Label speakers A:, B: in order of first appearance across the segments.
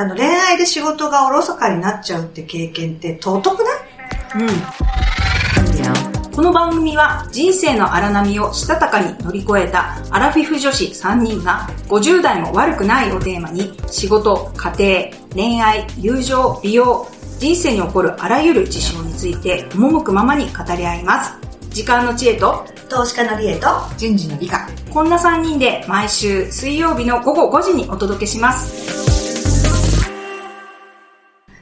A: あの、恋愛で仕事がおろそかになっちゃうって経験って尊くない
B: うん。この番組は人生の荒波をしたたかに乗り越えたアラフィフ女子3人が50代も悪くないをテーマに仕事、家庭、恋愛、友情、美容、人生に起こるあらゆる事象について赴くままに語り合います。時間の知恵と
A: 投資家のりえと、
C: 順次の美化。
B: こんな3人で毎週水曜日の午後5時にお届けします。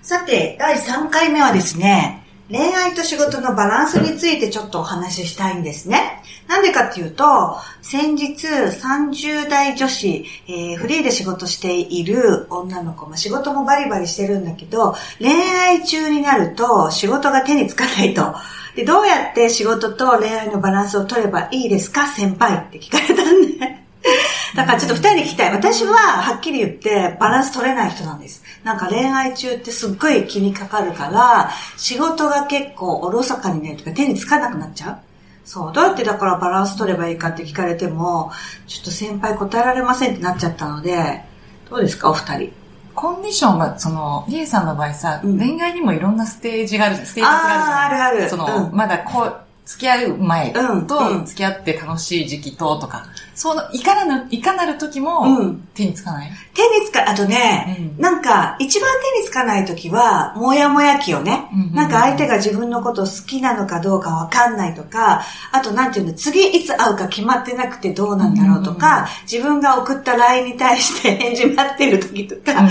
A: さて、第3回目はですね、恋愛と仕事のバランスについてちょっとお話ししたいんですね。なんでかっていうと、先日30代女子、えーフリーで仕事している女の子、まあ、仕事もバリバリしてるんだけど、恋愛中になると仕事が手につかないと。で、どうやって仕事と恋愛のバランスを取ればいいですか先輩って聞かれたんで。だからちょっと二人に聞きたい。私ははっきり言ってバランス取れない人なんです。なんか恋愛中ってすっごい気にかかるから、仕事が結構おろそかにね、とか手につかなくなっちゃう。そう。どうやってだからバランス取ればいいかって聞かれても、ちょっと先輩答えられませんってなっちゃったので、どうですかお二人。
C: コンディションは、その、リエさんの場合さ、
A: うん
C: 恋愛にもいろんなステージがある、ステージがあるじゃない
A: あーあるある
C: その、
A: うん
C: まだこう、付き合う前
A: うんう
C: と、
A: ん
C: 付き合って楽しい時期と、とか、その、いかなる、いかなる時
A: う
C: も
A: ん、
C: 手につかない、
A: 手につか、あとね、
C: うん
A: なんか、一番手につかないときは、もやもや期をね、
C: うんうん
A: なんか相手が自分のことを好きなのかどうかわかんないとか、あとなんていうの、次いつ会うか決まってなくてどうなんだろうとか、自分が送った LINE に対して返事待ってるときとか、
C: う
A: そ
C: ん
A: ういう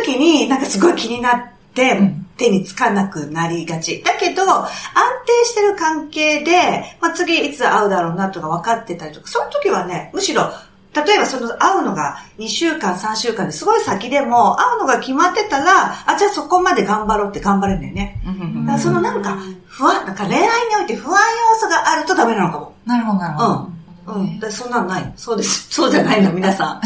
A: ときになんかすごい気になって、
C: うん
A: 手につかなくなりがち。だけど、安定してる関係で、まあ、次いつ会うだろうなとか分かってたりとか、その時はね、むしろ、例えばその会うのが2週間、3週間ですごい先でも、会うのが決まってたら、あ、じゃあそこまで頑張ろうって頑張れるんだよね。
C: うんう
A: だ
C: んうん
A: からそのなんか、不安、なんか恋愛において不安要素があるとダメなのかも。
C: なるほど、なるほど。
A: うん。だからそんなのない。そうです。そうじゃないの、皆さん。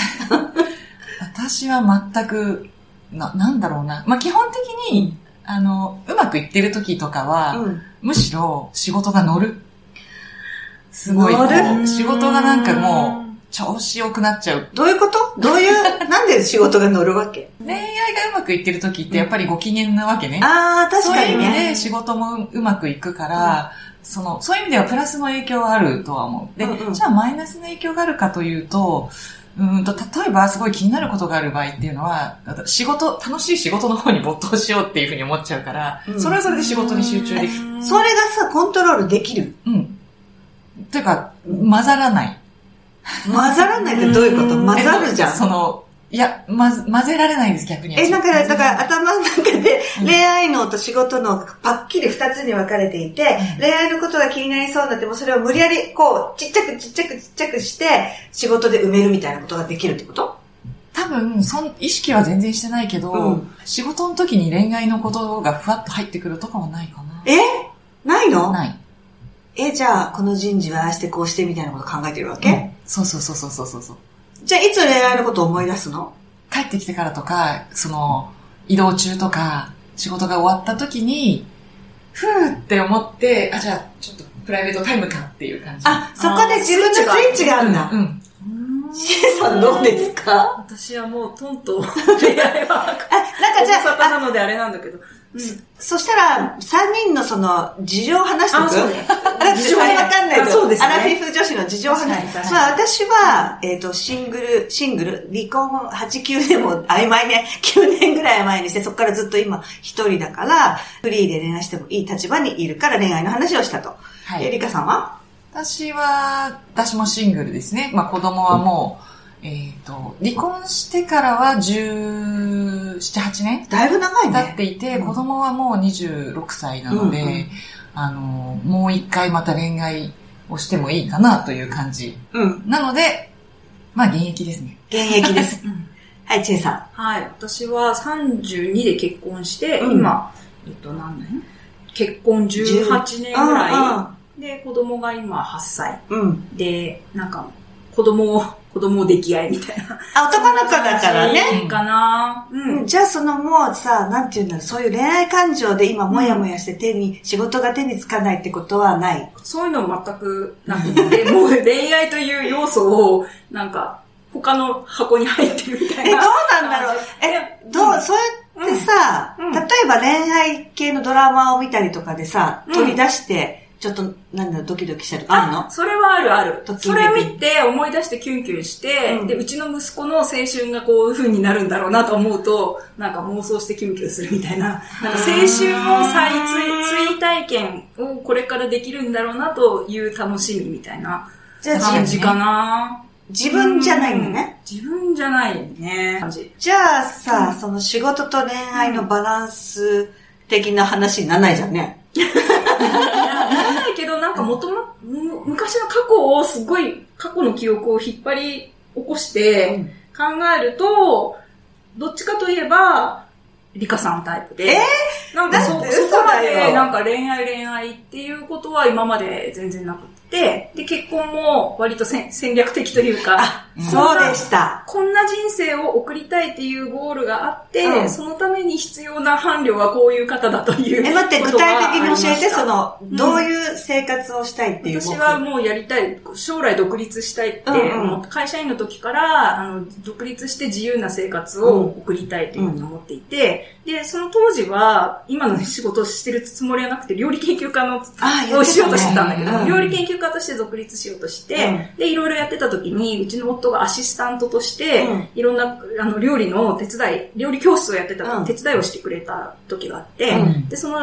C: 私は全く、な、なんだろうな。まあ、基本的に、あの、うまくいってる時とかは、
A: うん。
C: むしろ仕事が乗る。すごい。
A: 乗る
C: こう仕事がなんかもう、調子良くなっちゃう。
A: どういうことどういう、なんで仕事が乗るわけ
C: 恋愛がうまくいってる時ってやっぱりご機嫌なわけね。
A: ああ、確
C: そう
A: か
C: いう
A: に
C: 意味
A: ね。
C: で仕事もうまくいくから、その、そういう意味ではプラスの影響はあるとは思う。で、
A: うんうん
C: じゃあマイナスの影響があるかというと、うーんと、例えばすごい気になることがある場合っていうのは、仕事、楽しい仕事の方に没頭しようっていうふうに思っちゃうから、
A: うん
C: それはそれで仕事に集中できる。
A: それがさ、コントロールできる。
C: うん。ていうか、混ざらない。
A: 混ざらないってどういうこと
D: うん
A: 混ざるじゃ
C: えそ
A: ん。
C: の、いや、まず、混ぜられないです、逆に。
A: え、なんか、だから頭の中で
C: うん
A: 恋愛脳と仕事脳がパッキリ二つに分かれていて、
C: うん
A: 恋愛のことが気になりそうになってもそれを無理やりこう、ちっちゃくちっちゃくちっちゃくして、仕事で埋めるみたいなことができるってこと
C: 多分、そん、意識は全然してないけど、
A: うん
C: 仕事の時に恋愛のことがふわっと入ってくるとかはないかな。
A: えないの
C: ない。
A: え、じゃあ、この人事はああしてこうしてみたいなこと考えてるわけ、
C: うんそうそうそうそうそうそう。
A: じゃあ、いつ恋愛のことを思い出すの
C: 帰ってきてからとか、その、移動中とか、仕事が終わった時に、ふーって思って、あ、じゃあ、ちょっとプライベートタイムかっていう感じ。
A: あ、そこで自分のスイッチがあるんだ
C: う。ん。
A: シエさんどうですか
D: 私はもうトンと恋愛は
A: あ、なんか
D: 大
A: じゃあ、
D: 阪なのであれなんだけど。
A: そしたら、3人のその、事情を話しておく。
D: あそうね
A: だってそれわかんない
D: あそうですね
A: アラフィフ女子の事情を話
D: 確かに
A: し
D: 確
A: て。まあ私は、えっ、と、シングル、シングル、離婚8、9年も曖昧ね、9年ぐらい前にして、そこからずっと今、一人だから、フリーで恋愛してもいい立場にいるから恋愛の話をしたと。
C: は
A: え、
C: い。
A: リカさんは
C: 私は、私もシングルですね。まあ子供はもう、えっ、と、離婚してからは17、8年
A: だいぶ長い
C: 経っ
A: ね。
C: ていて、
A: うん
C: 子供はもう26歳なので、
A: うんうん
C: あの、もう一回また恋愛をしてもいいかなという感じ。
A: うん。
C: なので、まあ現役ですね。
A: 現役です
D: うん。
A: はい、チェイさ
D: はい。私は32で結婚して、
A: うん
D: 今、えっと何年結婚18年
A: ん。
D: ぐらい。で、子供が今8歳。
A: うんうん。うん。
D: で、なんか、子供を、子供を溺愛みたいな。
A: あ、男の子だからね。
D: いいかなう
A: うんじゃあそのもうさ、なんていうんだろう、そういう恋愛感情で今もやもやして手に、仕事が手につかないってことはない。
D: そういうの全くなくて、もう恋愛という要素を、なんか、他の箱に入ってるみた
A: え、
D: い
A: どう
D: な。
A: なんだろうえ、どう、そうやってさ、
D: うんうん
A: 例えば恋愛系のドラマを見たりとかでさ、
D: うん
A: 取り出して、ちょっと、なんだ、ドキドキしたりとかあるの
D: それはあるある
A: と。き
D: そ
A: めく
D: れ見て思い出してキュンキュンして、
A: うん
D: で、うちの息子の青春がこういう風になるんだろうなと思うと、なんか妄想してキュンキュンするみたいな、なんか青春を再追追体験をこれからできるんだろうなという楽しみみたいな
A: じゃあ、
D: 感
A: じ
D: じかな。
A: 自分じゃないのね。
D: うん。自分じゃないね。感じ。
A: じゃあさ、その仕事と恋愛のバランス的な話にならないじゃんね。
D: ならないけど、なんかもとも、む昔の過去をすごい、過去の記憶を引っ張り起こして考えると、どっちかといえば、リカさんタイプで。
A: え
D: なんかそ、
A: なん
D: そ
A: で
D: こま
A: 嘘だ
D: で、
A: よ
D: なんか恋愛恋愛っていうことは今まで全然なくって、で、結婚も割とせん戦略的というか、
C: うん
A: そうでした。
D: こんな人生を送りたいっていうゴールがあって、
A: うん
D: そのために必要な伴侶はこういう方だという。
A: え、待って、具体的に教えて、その、
D: ん
A: どういう生活をしたいっていう目
D: 私
A: 標
D: はもうやりたい、将来独立したいって、
A: うんうん
D: もう会社員の時から、あの、独立して自由な生活を送りたいというふうに思っていて、で、その当時は、今の仕事をしてるつもりはなくて、料理研究家の
A: あ
D: をしようとしてたんだけど、
A: うん
D: 料理研究家として独立しようとして、で、いろいろやってた時に、うちの夫がアシスタントとして、
A: うん
D: いろんな、あの、料理の手伝い、料理教室をやってた、
A: うん
D: 手伝いをしてくれた時があって、
C: うん
D: で、その、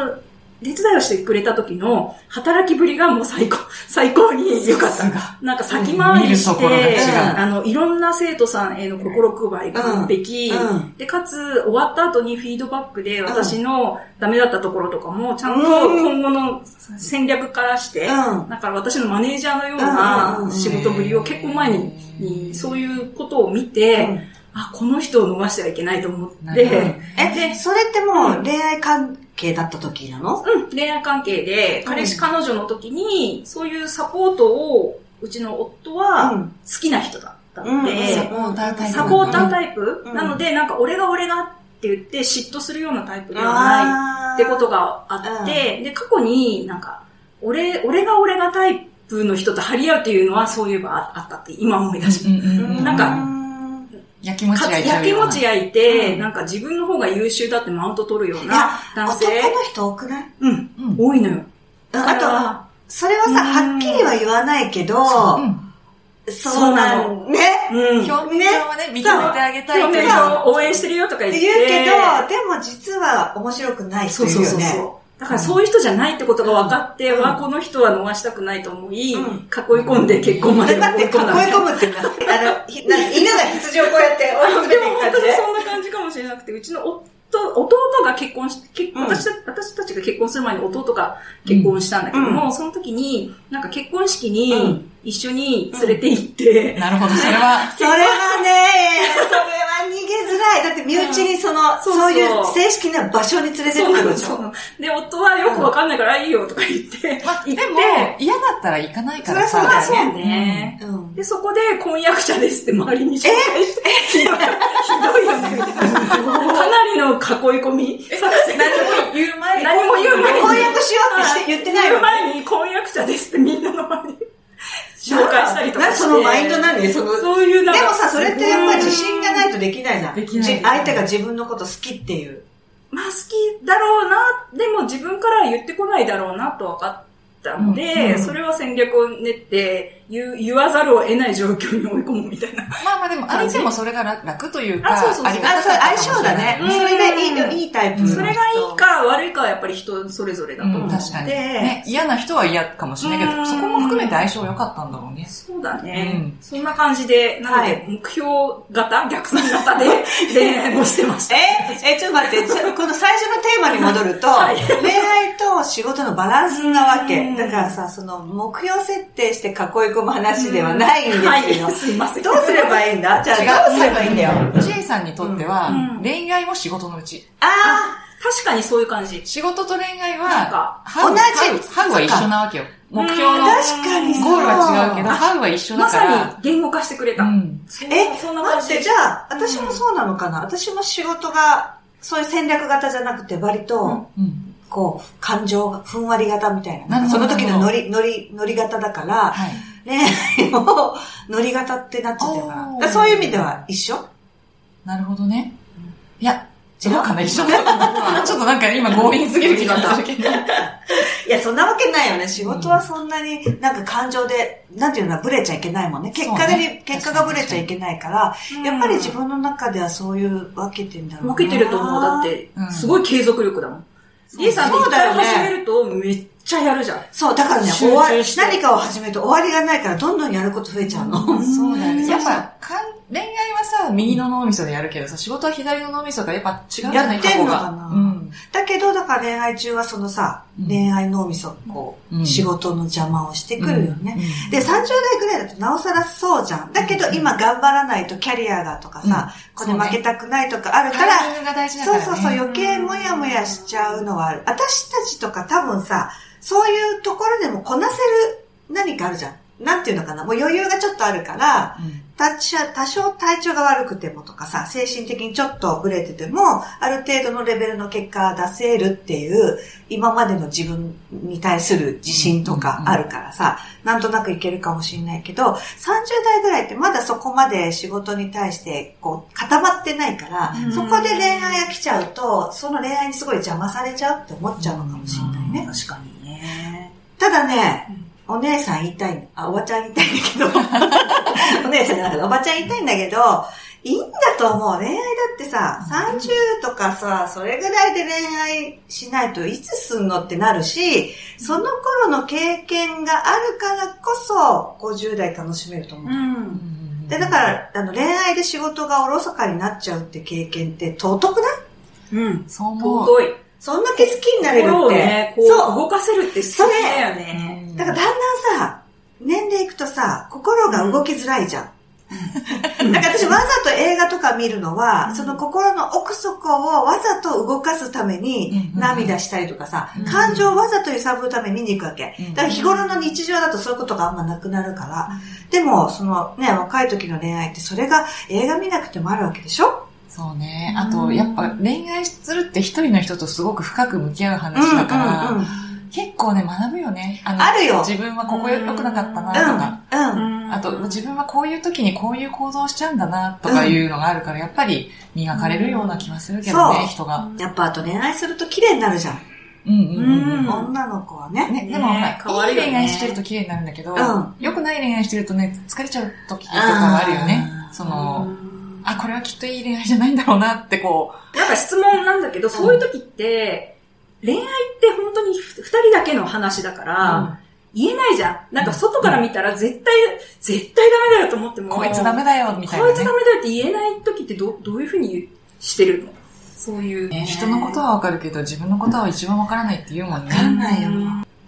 D: 手伝いをしてくれた時の働きぶりがもう最高、 最高に良かっ
C: さす
D: た。
C: が
D: なんか先回りし
C: 見るところが違
D: て、
A: う
D: あの、いろんな生徒さんへの心配が完璧、
A: うん
D: で、かつ、終わった後にフィードバックで、私のダメだったところとかも、ちゃんと今後の戦略からして、
A: うん
D: なんか私のマネージャーのよう
A: うんうん
D: な
A: うん
D: 仕事ぶりを結構前に、にそういうことを見て、
A: うん
D: あ、この人を逃してはいけないと思っ
C: な
D: て、
C: るほど
A: え、それってもう恋愛関係だった時なの
D: うん、恋愛関係で、彼氏彼女の時に、そういうサポートを、うちの夫は
A: う
D: 好
A: ん
D: きな人だった
A: うん
D: んで、
A: うん
C: サポータータイプ
D: サポータータイプ、
A: うん
D: なので、なんか俺が俺がって言って嫉妬するようなタイプではないってことがあって、で、過去になんか、俺、俺が俺がタイプの人と張り合うっていうのはそういえばあったって今思い出し
C: う
D: た。
C: んうんうんうん
D: なんか
C: 焼きもち
D: かつ
C: 焼いちゃ
D: 焼
C: う
D: き
C: ような。
D: もち焼いて、
A: うん
D: なんか自分の方が優秀だってマウント取るよう
A: いや
D: な男性。
A: 男の人多くない
D: うん、
C: うん
D: 多いのよ。
A: うんあとは、それはさ、
D: うん
A: はっきりは言わないけど、
C: うん
A: そうなんね。
D: とは、うん。
C: 表面上はね、認めてあげたい
D: 表
C: け
D: 面
C: ど
D: 上応援してるよとか言
A: っ
D: っ
A: て
D: て。
A: 言うけど、でも実は面白くない人
D: そう
A: いる
D: そ
A: よ
D: うそう
A: ね。
D: そう。だからそういう人じゃないってことが分かって、
A: うん
D: わ、この人は逃したくないと思い、
A: うん
D: 囲い込んで結婚まで
A: え
D: 追い
A: 待って、囲い
D: 込んだみたいな。
A: 込むってな、あの、ひな犬が羊をこうやって追い
D: あ
A: 詰
D: で
A: め
D: も
A: ていく
D: 本
A: 感
D: 当
A: じ
D: に
A: で。
D: そんな感じかもしれなくて、うちの夫、弟が結婚し、結
A: うん
D: 私た私たちが結婚する前に弟が結婚したんだけども、その時に、なんか結婚式
A: う
D: に
A: ん
D: 一緒に連れて行って、
C: なるほど、それは、
A: それはね、それは逃げづらい。だって身内にその、
D: そうそう
A: そういう正式な場所に連れてって
D: そうな
A: く
D: の
A: るでし
D: そ
A: ょ
D: うなので、夫はよくわかんないからいいよとか言って、
C: まあ、
D: 行っ
C: で
D: て
C: も、嫌だったら行かないから
A: そりゃ
C: さ。
A: そうだよ
D: ね
A: うん
D: で、そこで婚約者ですって周りに紹介して、ひどいひどいよね、みたいな。かなりの囲い込み作戦。
C: 何も言う前に。
D: 何も言う前に
A: 婚約しようってして言ってない
D: 言う
A: の
D: 前に婚約者ですってみんなの前に紹介したりとか
A: な
D: して。
A: そのマインドなんで、その、
D: そういう
A: で
D: なんか
A: もさ、それってやっぱり自信がないとできないじゃん。
C: できない
A: じ相手が自分のこと好きっていう。
D: まあ好きだろうな、でも自分からは言ってこないだろうなと分かったので、
C: うん
D: それは戦略を練って言う、言わざるを得ない状況に追い込むみたいな。
C: まあまあでも、相手もそれが楽楽というか、
D: あそうそうそう
C: ありが
A: あ、
C: た
A: そう、
C: かったかも
A: 相
C: しれ
A: 性だね。
D: うん
A: それでいいの、いいタイプ。
C: うん
D: それがいいか悪いかはやっぱり人それぞれだと思
C: う
D: っ
C: ん、
D: て。
C: 確かに。ね、嫌な人は嫌かもしれないけ
D: う
C: ど、
D: ん
C: そこも含めて相性良かったんだろうね。
D: そうだね。
C: うん
D: そんな感じで、なの
A: は
D: で
A: い、
D: 目標型、逆算型で恋愛もしてました。
A: え、え、ちょっと待って、ちょこの最初のテーマに戻ると、
D: はい
A: 恋愛と仕事のバランスなわ
D: う
A: け。
D: ん
A: だからさ、その目標設定して囲い込む話ではないんですよ。
D: はい、すいません。
A: どうすればいいんだじゃあ、どうすればいいんだよ。
C: J さんにとっては
D: うんうん、
C: 恋愛も仕事のうち。
A: あ
D: 確かにそういう感じ。
C: 仕事と恋
D: な
C: 愛
D: ん
C: は、
D: か、
C: ハウ
A: 同じ
C: ハウハウは一緒なわけよ。目標の
A: あ、確かにそう。
C: ゴールは違うけど、ハウは一緒だ
D: ま
C: か
D: さ
C: ら。
D: に言語化してくれた。
C: うん
D: そう
A: え、
D: そんな感
A: 待っ
D: じ
A: て、。じゃあ、私もそうなのかな、私も仕事が、そういう戦略型じゃなくて、割と、
D: うん
C: うん
A: こう、感情が、ふんわり型みたいな。なんかそ
C: なるほ
A: の
C: ど
A: 時のノリ、ノリ、ノリ型だから、
C: はい。
A: 恋愛もノリ型ってなっちゃってるから。だ
C: おー
A: からそういう意味では一緒
C: なるほどね。いや、違う かな一緒だちょっとなんか今強引すぎる気がするけど。
A: いや、そんなわけないよね。仕事はそんなになんか感情で、なんていうのはブレちゃいけないもんね。結果で、
C: そうね
A: 結果がブレちゃいけないから、やっぱり自分の中ではそういう分けてんだろうな。
D: 分けてると思う。だっ。て
C: う、ん
D: すごい継続力だもん。
A: そう
D: D さん
A: そう
D: って一
A: だ
D: 回
A: よね
D: 始めるとめっちゃやるじゃん。
A: そう、だからね、
D: 集
A: 終わ
D: 中して
A: 何かを始めると終わりがないから、どんどんやること増えちゃうの。
C: そうだね。
A: ん
C: やっぱ、かん恋愛はさ、右の脳みそでやるけどさ、仕事は左の脳みそがやっぱ違うんじゃない
A: やってんのかな
C: 過去がうん。
A: だけど、だから恋愛中はそのさ、
C: うん
A: 恋愛脳みそ、こう、
C: うん
A: 仕事の邪魔をしてくるよね。
C: うん
A: で、30代ぐらいだとなおさらそうじゃん。だけど
C: うん
A: 今頑張らないとキャリアがとかさ、
C: う
A: こ
C: ん
A: れ負けたくないとかあるから、
C: タイミングが大事だか
A: そう
C: らね。
A: そうそう、余計もやもやしちゃうのはある。私たちとか多分さ、そういうところでもこなせる何かあるじゃん。なんていうのかな、もう余裕がちょっとあるから、
C: うん
A: 多少多少体調が悪くてもとかさ、精神的にちょっとブレてても、ある程度のレベルの結果出せるっていう、今までの自分に対する自信とかあるからさ、なんとなくいけるかもしれないけど、30代ぐらいってまだそこまで仕事に対してこう固まってないから、
D: うん
A: そこで恋愛が来ちゃうと、その恋愛にすごい邪魔されちゃうって思っちゃうのかもしれないね。
D: 確かにね。
A: ただね、お姉さん言いたいの、あ、おばちゃん言いたいんだけ ど、お姉さんじゃなくて、おばちゃん言いたいんだけど、いいんだと思う。恋愛だってさ、30とかさ、それぐらいで恋愛しないといつすんのってなるし、その頃の経験があるからこそ、50代楽しめると思う。
D: うん。
A: で、だから、あの、恋愛で仕事がおろそかになっちゃうって経験って尊くない
D: うん。
C: そう思う。
D: 尊い。
A: そんだけ好きになれる
D: 心
A: っ
D: を
A: て。
D: ね、こう
A: そう。
D: 動かせるって素敵だよね。
A: だからだんだんさ、年齢いくとさ、心が動きづらいじゃん。だから私わざと映画とか見るのは、
D: うん
A: その心の奥底をわざと動かすために
C: うん
A: 涙したりとかさ、
C: うん
A: 感情をわざと揺さぶるために見に行くわけ。
C: うん
A: だから日頃の日常だとそういうことがあんまなくなるから、でもそのね、若い時の恋愛ってそれが映画見なくてもあるわけでしょ
C: そうね。あと、やっぱ恋愛するって一人の人とすごく深く向き合う話だから、
A: うんうんうん
C: 結構ね、学ぶよね。あの
A: あるよ。
C: 自分はここよくなかったなとか、
A: うん。うん。
D: うん
C: あと、自分はこういう時にこういう行動しちゃうんだなとかいうのがあるから、やっぱり磨かれるような気はするけど
A: そう
C: ね、人が。
A: やっぱあと恋愛すると綺麗になるじゃん。
C: うんうんうん
D: うん
A: 女の子はね。
C: ね、
D: ね
C: でも、ほら
D: 変わる
C: い
D: よ
C: い
D: ね
C: 恋愛してると綺麗になるんだけど、
A: うん
C: 良くない恋愛してるとね、疲れちゃう時とかはあるよね
A: あ。ー
C: その、あ、これはきっといい恋愛じゃないんだろうなってこ
D: なんか質問なんだけど、そういう時って、恋愛って本当にふ二人だけの話だから、言えないじゃん。なんか外から見たら絶対、絶対ダメだよと思って
C: う、
D: も。
C: こいつダメだよ、みたい
D: こい
C: な
D: つ
C: ね
D: ダ。メだよって言えない時ってどどういうふうにしてるのそういう。
C: ね人のことはわかるけど、自分のことは一番わからないって言うもんね
A: わ。かんないよ。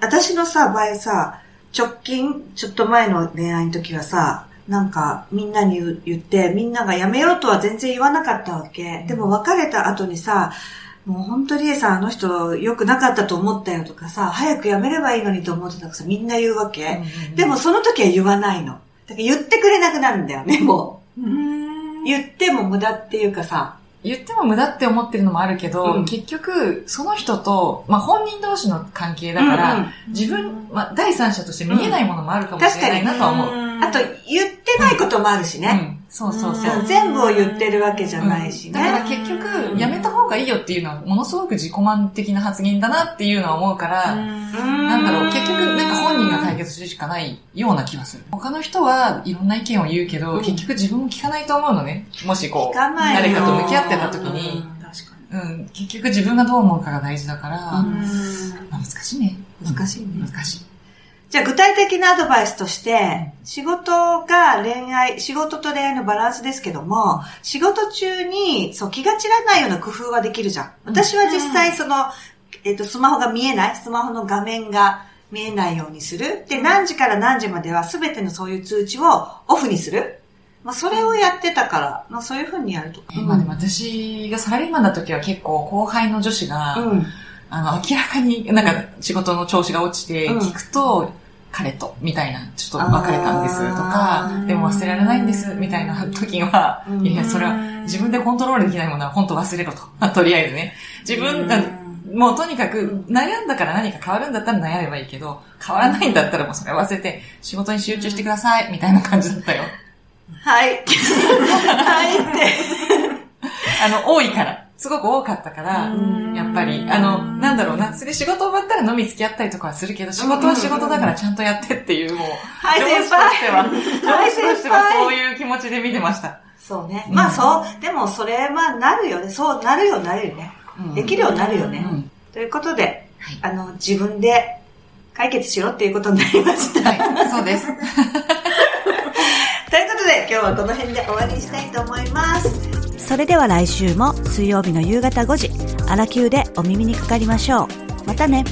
A: 私のさ、場合さ、直近、ちょっと前の恋愛の時はさ、なんかみんなに言う言って、みんながやめろとは全然言わなかったわけ。でも別れた後にさ、もう本当にさ、あの人良くなかったと思ったよとかさ、早くやめればいいのにと思ってたからさ、みんな言うわ
C: うん
A: け。
C: うんうん
A: でも、その時は言わないの。だから言ってくれなくなるんだよね、も
D: うーん
A: う。言っても無駄っていうかさ。
C: 言っても無駄って思ってるのもあるけど、
A: うん
C: 結局、その人と、まあ、本人同士の関係だから、
A: うんうん
C: 自分、まあ、第三者として見えないものもあるかもしれないなとは思う。うん
A: あと、言ってないこともあるしね。
C: そうそうそう。
D: ん
A: うん全部を言ってるわけじゃないしね。
C: だから結
D: うん
C: 局、やめた方がいいよっていうのは、ものすごく自己満的な発言だなっていうのは思うから、
A: う
D: な
C: なんだろう、結局、なんか本人が解決するしかないような気はする。他の人はいろんな意見を言うけど、
A: うん
C: 結局自分も聞かないと思うのね。もしこ
A: 聞
C: う、
A: かない
C: 誰
A: よ
C: かと向き合ってた時に、
D: 確かに。
C: うん、結局自分がどう思うかが大事だから、
A: うん
C: まあ難しいね。
A: 難しいね
C: 難しい。
A: じゃあ具体的なアドバイスとして、仕事が恋愛、仕事と恋愛のバランスですけども、仕事中にそう気が散らないような工夫はできるじゃん。私は実際その、えっ、と、スマホが見えない、スマホの画面が見えないようにする。で、何時から何時までは全てのそういう通知をオフにする。まあ、それをやってたから、まあ、そういう風にやるとか。
C: えまあでも私がサラリーマンだ時は結構後輩の女子が、
A: うん。
C: あの、明らかになんか仕事の調子が落ちて
A: うん
C: 聞くと、彼と、みたいな、ちょっと別れたんですと
A: あ
C: か
D: ー、
C: でも忘れられないんです、みたいな 時は、
A: うん
C: いやいや、それは自分でコントロールできないものは本当忘れろと。とりあえずね。自分が、もうとにかく悩んだから何か変わるんだったら悩めばいいけど、変わらないんだったらもうそれ忘れて仕事に集中してください、みたいな感じだったよ。
A: はい。はいっ
C: あの、多いから。すごく多かったから、
A: うん
C: やっぱり、あの、なんだろうな、それ仕事終わったら飲み付き合ったりとかはするけど、仕事は仕事だからちゃんとやってっていう、もう、
A: はい
C: 上司としては、上司としてはそういう気持ちで見てました。
A: て。そうね。
C: うん
A: まあそう、でもそれはなるよね。そうなるようになるよね。
C: うん
A: できるようになるよ
C: う
A: ね。
C: ん。
A: ということで、
C: はい
A: あの、自分で解決しろっていうことになりました。
C: はい、そうです。
A: ということで今日はこの辺で終わりにしたいと思いますそれでは来週も水曜日の夕方5時「アラキュー」でお耳にかかりましょうまたね